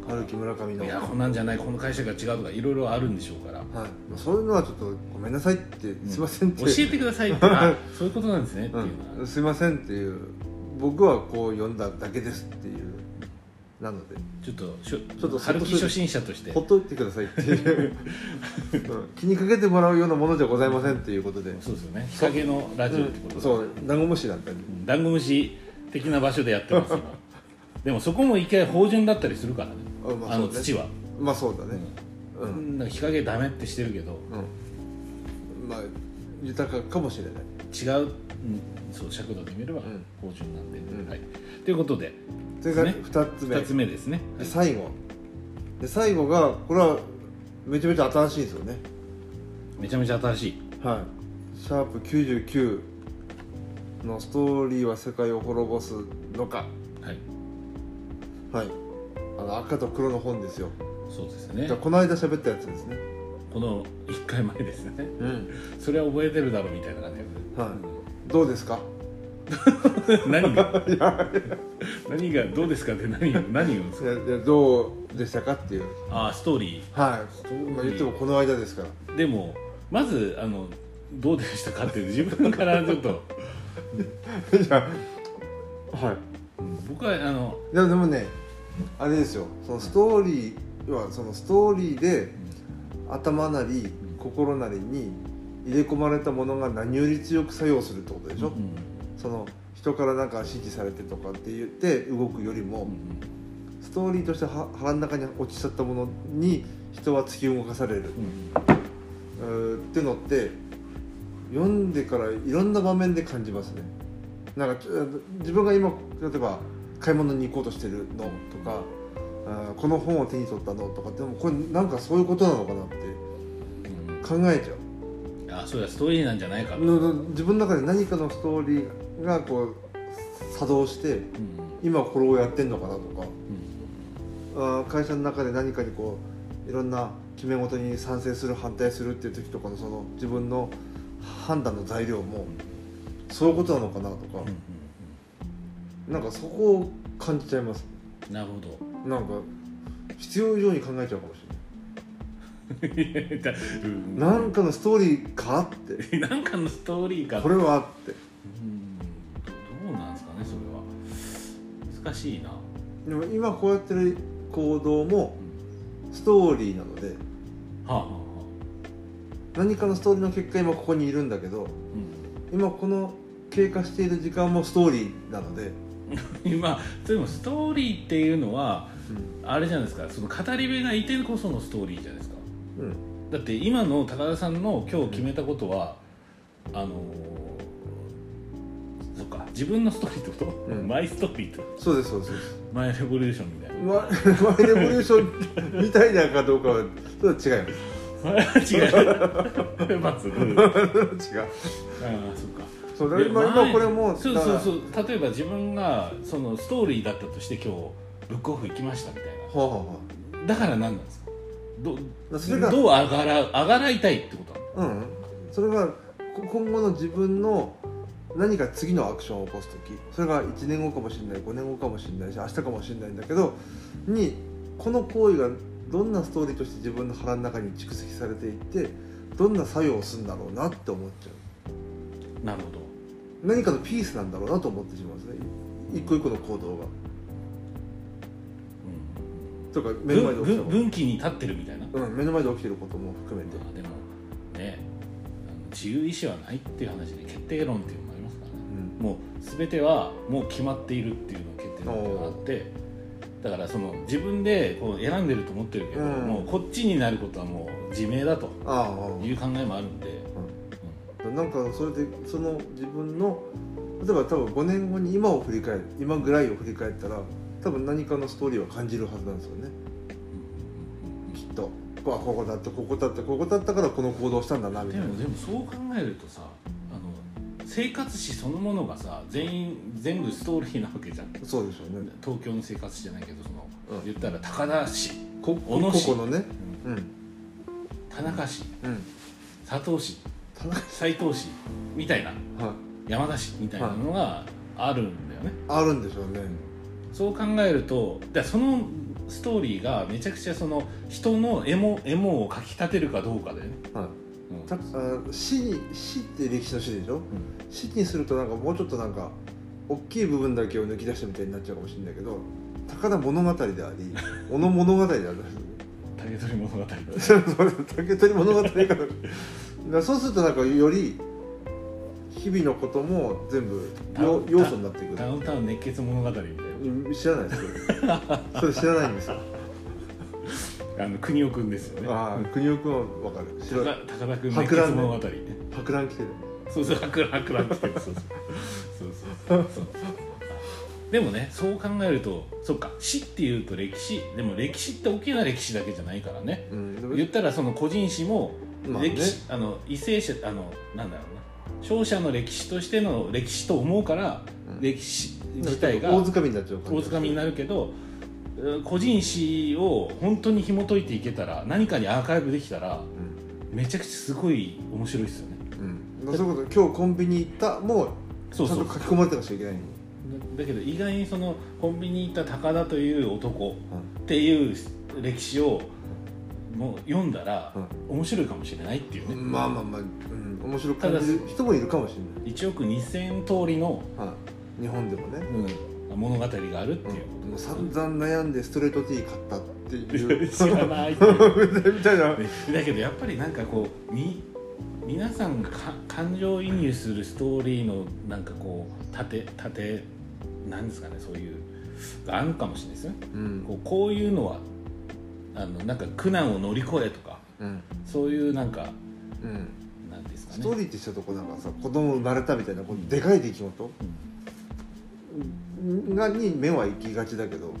B: ん、ああ春樹村上の
A: いやこ
B: は
A: んなんじゃないこの解釈が違うとかいろいろあるんでしょうから
B: い、まあそういうのはちょっとごめんなさいってすいませんって、
A: 教えてください
B: (laughs)
A: ってあそういうことなんですねっていううのは、
B: ん、すいませんっていう僕はこう読んだだけですっていうなので
A: ちょっとしょ
B: ょっと
A: 春樹初心者として
B: ほっといてくださいっていう、うん気にかけてもらうようなものじゃございませんっていうことで、
A: そうですよね日陰のラジオってことで
B: そうダンゴムシだったり
A: うんダンゴムシ的な場所でやって
B: (laughs)
A: ます今でもそこも一回芳醇だったりするからね
B: あ,、ま
A: あの土
B: は
A: は、
B: まあそうだねうん、うん
A: うん、なんか日陰ダメってしてるけど
B: まあ豊かかもしれない
A: 違う、うんそう尺度で見れば
B: ん
A: 芳醇なんで、
B: ん
A: はい、ということで
B: それが
A: ね
B: 2つ目
A: 2つ目ですね
B: で最後で最後がこれはめちゃめちゃ新しいですよね
A: めちゃめちゃ新しい
B: はいシャープ99のストーリーは世界を滅ぼすのか
A: はい
B: はいあの赤と黒の本ですよ
A: そうですね
B: じゃあこの間喋ったやつですね
A: この1回前ですね (laughs)
B: うん
A: それは覚えてるだろうみたいな感じ
B: はいどうですか
A: で何が何がどうですかって何を何を
B: いやいやどうでしたかっていう
A: あーストーリ
B: はい、まあ、言ってもこの間ですから
A: ーでもまずあのどうでしたかって自分からちょっと
B: じゃあはい
A: うん僕はあの
B: でもでもねあれですよそのストーリーはそのストーリーで頭なり心なりに入れ込まれたものが何より強く作用するってことでしょ、
A: うん
B: その人からなんか指示されてとかって言って動くよりも、ストーリーとしては腹の中に落ちちゃったものに人は突き動かされる
A: うん
B: うーってのって読んでからいろんな場面で感じますねなんかちょ自分が今例えば買い物に行こうとしてるのとかあーこの本を手に取ったのとかでもこれなんかそういうことなのかなって
A: うん
B: 考えちゃう
A: うんあそれはストーリーなんじゃないかと、うん
B: のの自分の中で何かのストーリーがこう作動して今これをやってんのかなとか
A: うん
B: うん会社の中で何かにこういろんな決め事に賛成する反対するっていう時とかのその自分の判断の材料もそういうことなのかなとか
A: うんうん、
B: なんかそこを感じちゃいます
A: うんなるほど
B: なんか必要以上に考えちゃうかもしれないなんかのストーリーかって
A: か (laughs) なんかのストーリーか
B: これはって
A: うんどどうなんですかねそれは難しいな、
B: でも今こうやってる行動も
A: うん
B: ストーリーなので
A: はあはあはあ
B: 何かのストーリーの結果今ここにいるんだけど
A: う
B: 今この経過している時間もストーリーなので、
A: ん、まあでもストーリーっていうのはあれじゃないですかその語り部がいてこそのストーリーじゃないですか
B: うん
A: だって今の高田さんの今日決めたことは、あのーそっか自分のストーリーってこと、
B: うん
A: マイストーリーと
B: そうですそうですそうです
A: マイレボリューションみたいな
B: ママイレボリューションみたいなかどうかはちょっと違いま
A: 違うまず、うん、ああ
B: (laughs) す違う
A: そっか
B: そうだ
A: で
B: 今
A: 前
B: 今これも
A: そう
B: だか
A: そう
B: ら
A: そう例えば自分がそのストーリーだったとして今日ブックオフ行きましたみたい
B: はあはあは
A: なだから何なんですかど
B: あそれが
A: どうあがらあがらいたいってことなの
B: うんそれがこ今後の自分の何か次のアクションを起こす時それが1年後かもしれない5年後かもしれないし明日かもしれないんだけどにこの行為がどんなストーリーとして自分の腹の中に蓄積されていってどんな作用をするんだろうなって思っちゃう
A: なるほど
B: 何かのピースなんだろうなと思ってしまうんですね一個一個の行動がとか目の前で
A: 分
B: 起きた
A: 分
B: こ
A: 分岐に立ってるみたいな、ま
B: とうん目の前で起きてることも含めて
A: あ、でもねあの自由意志はないっていう話で決定論っていうのもありますからね
B: うん
A: もう全てはもう決まっているっていうのが決定論っていうのがあってだからその自分でこう選んでると思ってるけど、
B: うん
A: もうこっちになることはもう自明だと
B: ああああ
A: いう考えもあるんで、
B: なんかそれでその自分の例えば多分5年後に今を振り返る今ぐらいを振り返ったら多分何かのストーリーは感じるはずなんですよねきっとこここだってここだってここだったからこの行動したんだなみた
A: で
B: いな
A: もでもそう考えるとさあの生活史そのものがさ全員全部ストーリーなわけじゃん
B: そうでしょうね
A: 東京の生活史じゃないけどその、
B: うん
A: 言ったら高田市、
B: こ
A: おの
B: こ
A: し
B: このねうん
A: 田中市
B: うん
A: 佐藤市
B: 田中
A: 斎藤市みたいな
B: はい
A: 山田市みたいなのがあるんだよね、
B: あるんでしょうね
A: そう考えるとだからそのストーリーがめちゃくちゃその人のエモエモをかきたてるかどうかだよね、
B: はい
A: うん
B: たあ死に死って歴史の死でしょ死にするとなんかもうちょっとなんか大きい部分だけを抜き出したみたいになっちゃうかもしれないけど高田物語であり小野物語である (laughs)
A: 竹取物語
B: それ竹取物語かだからそうするとなんかより日々のことも全部よ要素になってい
A: ダウンタウン熱血物語みたい
B: く知らない
A: (laughs)
B: ですよそれ知らないんですよ
A: なあの国尾くんですよね
B: ああ国尾君は分かる白い
A: 高高田くん熱
B: 博
A: 血
B: 覧ね
A: 物語
B: 博覧来てる
A: そうそう白蘭白蘭ってそうそうそうそうそうでもねそう考えるとそっか死っていうと歴史でも歴史って大きな歴史だけじゃないからね
B: うんでも
A: 言ったらその個人史も
B: まあね
A: 歴史、あの為政者あのなんだろうな勝者の歴史としての歴史と思うから、
B: うん
A: 歴史自体が
B: 大づかみになっちゃう感
A: 大
B: じ
A: づかみになるけどうん個人史を本当に紐解いていけたら何かにアーカイブできたら
B: うん
A: めちゃくちゃすごい面白いですよね
B: うん、だからそういうこと今日コンビニ行ったもうち
A: そ
B: ゃ
A: うんそう
B: と書き込まれてなくちゃいけないの
A: だけど意外にそのコンビニに行った高田という男
B: う
A: っ
B: ん
A: ていう歴史をもう読んだら面白いかもしれないっていうね、
B: まあまあまあ、うん、面白く感じる人もいるかもしれ
A: 1億2000通りの、
B: ない、はい、日本でもね、
A: 物語があるって
B: うん
A: いう
B: もう
A: こと、
B: 散々悩んでストレートティー買ったっていう
A: 知らないっていう
B: (laughs) みたいな
A: だけどやっぱりなんかこうみ皆さんがか感情移入するストーリーのなんかこう縦縦なんですかねそういうがあるかもしれないですね
B: うん
A: こうこういうのはあのなんか苦難を乗り越えとか
B: うん
A: そういうなんか
B: うん
A: なんですか
B: ストー
A: ね
B: リーってしたとこなんかさ子供生まれたみたいなこのでかい出来事がに目は行きがちだけど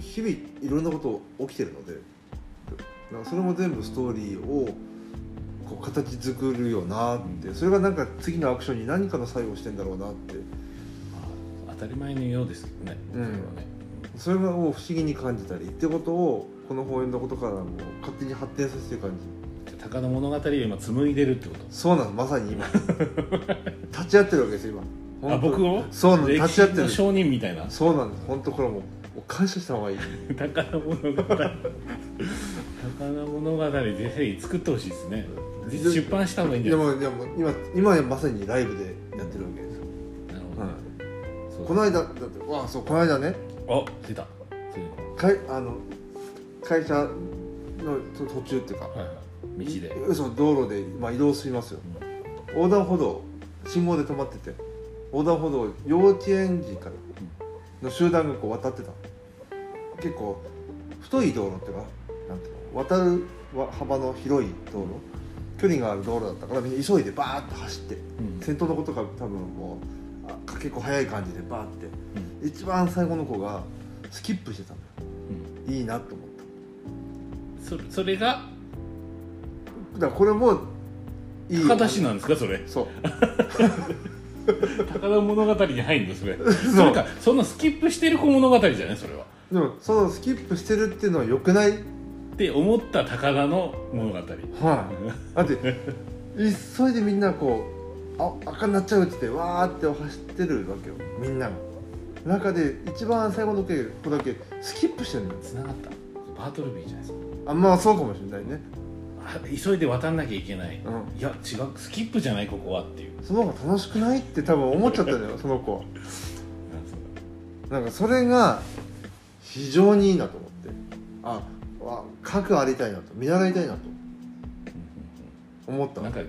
B: 日々いろんなこと起きてるのでなんかそれも全部ストーリーをこう形作るよなってそれがなんか次のアクションに何かの作用をしてんだろうなって
A: まあ当たり前のようですけどね、
B: う
A: そ
B: ん
A: れはね
B: それを不思議に感じたりってことをこの本を読んだことからも勝手に発展させてる感じ
A: じゃあ鷹の物語を今紡いでるってこと
B: そうなのまさに今立ち会ってるわけですよ今
A: あ僕
B: は
A: を
B: そうなの
A: 歴
B: 立ち
A: 史
B: 会って
A: の
B: る
A: 証人みたいな (laughs)
B: そうなんです本当これはもうもう感謝した方がいい
A: 宝物語宝物語ぜひ作ってほしいですね出版した方がいいんじ
B: で
A: ゃない
B: もでも今今はまさにライブでやってるわけですよ、
A: なるほど
B: は
A: ね
B: い、
A: そう
B: この間だってわあそうこの間ね
A: あ出たそういう
B: かいあの会社のと途中っていうか
A: のはいはい道で
B: いそう道路で、まあ、移動しますよ、横断歩道信号で止まってて横断歩道を幼稚園児からの集団がこう渡ってた結構太い道路っていうかなんていうの渡るわ幅の広い道路距離がある道路だったからみんな急いでバーッと走って
A: うん
B: 先頭の子とか多分もうあ結構速い感じでバーって、一番最後の子がスキップしてたのよいいなと思
A: そ
B: った
A: れそれが
B: だからこれもいい
A: 高田氏なんですかそれ (laughs)
B: そう
A: 高田物語に入るのそれ
B: そう
A: それかそのスキップしてる子物語じゃないそれは
B: でもそのスキップしてるっていうのはよくない
A: って思った高田の物語
B: はいだって急いでみんなこうあ赤になっちゃうって言ってわーって走ってるわけよみんなが中で一番最後の子だけスキップしてるのよ
A: つながったバートルビーじゃないですか
B: あまあそうかもしれないね
A: あ急いで渡んなきゃいけない、
B: うん
A: いや違うスキップじゃないここはっていう
B: その方が楽しくないって多分思っちゃった
A: (laughs)
B: のよその子はなんかそれが非常にいいなと思ってああ核ありたいなと見習いたいなと思った
A: なんか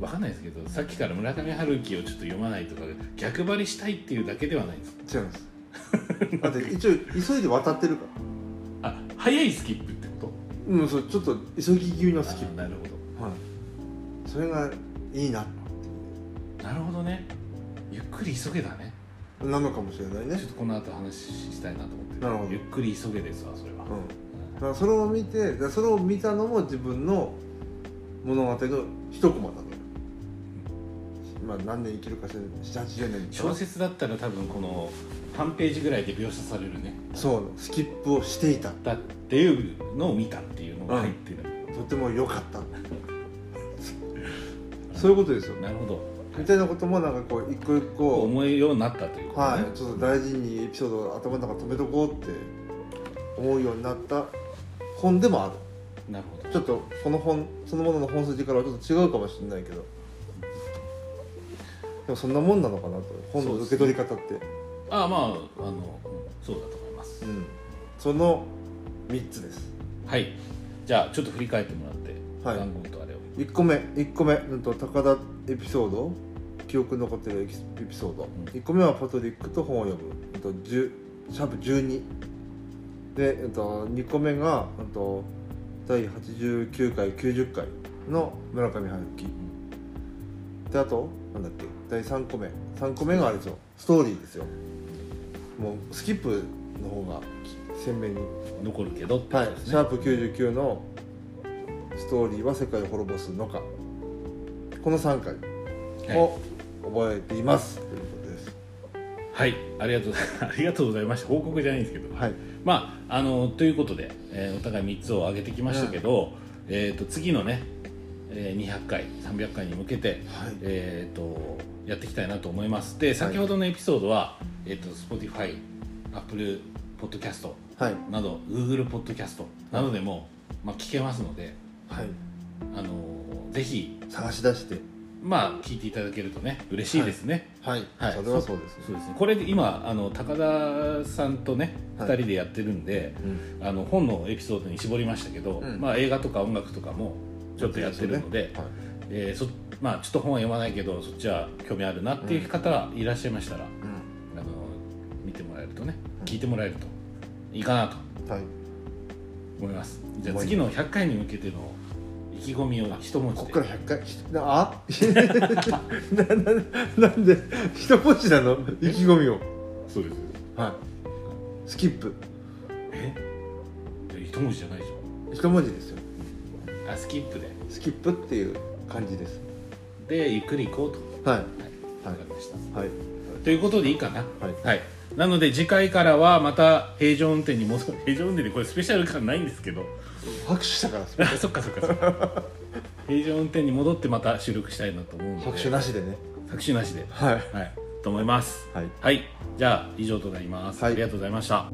A: わかんないですけどさっきから村上春樹をちょっと読まないとか逆張りしたいっていうだけではないんですか
B: 違
A: (laughs)
B: いますだって一応急いで渡ってるから
A: あ早いスキップってこ
B: うん、そうちょっと急ぎ気味の
A: と
B: スキッ
A: あなるほ
B: プ、はい、それがいいな
A: どなるほどねゆっくり急げだね
B: なのかもしれないね
A: ちょっ、とこの後話したいなと思って
B: なるほど
A: ゆっくり急げですわそれは、
B: うん、だからそれを見てだからそれを見たのも自分の物語の一コマなのよまあ何年生きるか知らない780年かな
A: 小説だったら多分この半ページぐらいで描写されるね
B: そうスキップをしていた
A: だっていうのを見たっていうのが入ってる、
B: とても良かった (laughs) そういうことですよね
A: なるほど
B: みたいなこともなんかこう一個一
A: こう
B: 個
A: 思えるようになったということ
B: はい、ちょっと大事にエピソードを頭の中に留めとこうって思うようになった本でもある
A: なるほど
B: ちょっとこの本そのものの本筋からはちょっと違うかもしれないけどでもそんなもんなのかなと本の受け取り方って
A: ああまああのうんそうだと思います
B: うん、その3つです
A: はいじゃあちょっと振り返ってもらって
B: はい
A: 番号とあれを
B: 1個目1個目うんと高田エピソード記憶に残ってるエピエピソード、
A: ん
B: 1個目はパトリックと本を読む、うんと10シャープ12で、うんと2個目が、うんと第89回90回の村上春樹、であとなんだっけ第3個目3個目があれですよストーリーですよもうスキップの方が鮮明に
A: 残るけどってこ
B: は
A: と
B: い
A: で、す
B: シ
A: ね、
B: ャープ99のストーリーは世界を滅ぼすのかこの3回
A: は
B: を覚えています、ということです
A: はい、ありがとうございます (laughs) ありがとうございました報告じゃないんですけど
B: はい
A: まああのということで、えーお互い3つを挙げてきましたけど、えー、と次のね、えー200回300回に向けて
B: はい
A: えー、とやっていきたいなと思いますで先ほどのエピソードは、えー、と Spotify、Apple Podcast
B: はい
A: など Google Podcast などでも、まあ、聞けますので、
B: はい
A: あのーぜひ、
B: 探し出して
A: まあ、聞いていただけるとね嬉しいですね、
B: はい、
A: はい
B: それはそうですね
A: そうですねこれで今あの高田さんとね
B: は
A: 2
B: い
A: 人でやってるんで、
B: うん
A: あの本のエピソードに絞りましたけど、
B: うん
A: まあ、映画とか音楽とかもちょっとやってるので、
B: はい
A: えーそまあ、ちょっと本は読まないけどそっちは興味あるなっていう方いらっしゃいましたら、
B: うん
A: あの見てもらえるとね
B: うん
A: 聞いてもらえるといいかなと
B: はい
A: 思いますじゃあ次の100回に向けての意気込みを一文
B: こっ
A: 字
B: か
A: で
B: ら100回ひあ (laughs) なななんで一文字なの意気込みを
A: そうです
B: はいスキップ
A: えいや一文字じゃないでし
B: 一文字ですよ
A: ょあスキップで
B: スキップっていう感じです
A: でゆっくり行こうと
B: はい
A: はい
B: はい
A: わかりました
B: はい
A: ということでいいかな
B: はい
A: はいなので次回からはまた平常運転に戻る (laughs) 平常運転でこれスペシャル感ないんですけど (laughs)
B: 拍手したからです
A: あそっかそっかそっか平常運転に戻ってまた収録したいなと思うんで
B: 拍手なしでね
A: 拍手なしで
B: はい
A: はいと思います
B: はい
A: はいじゃあ以上となります、
B: はい
A: ありがとうございました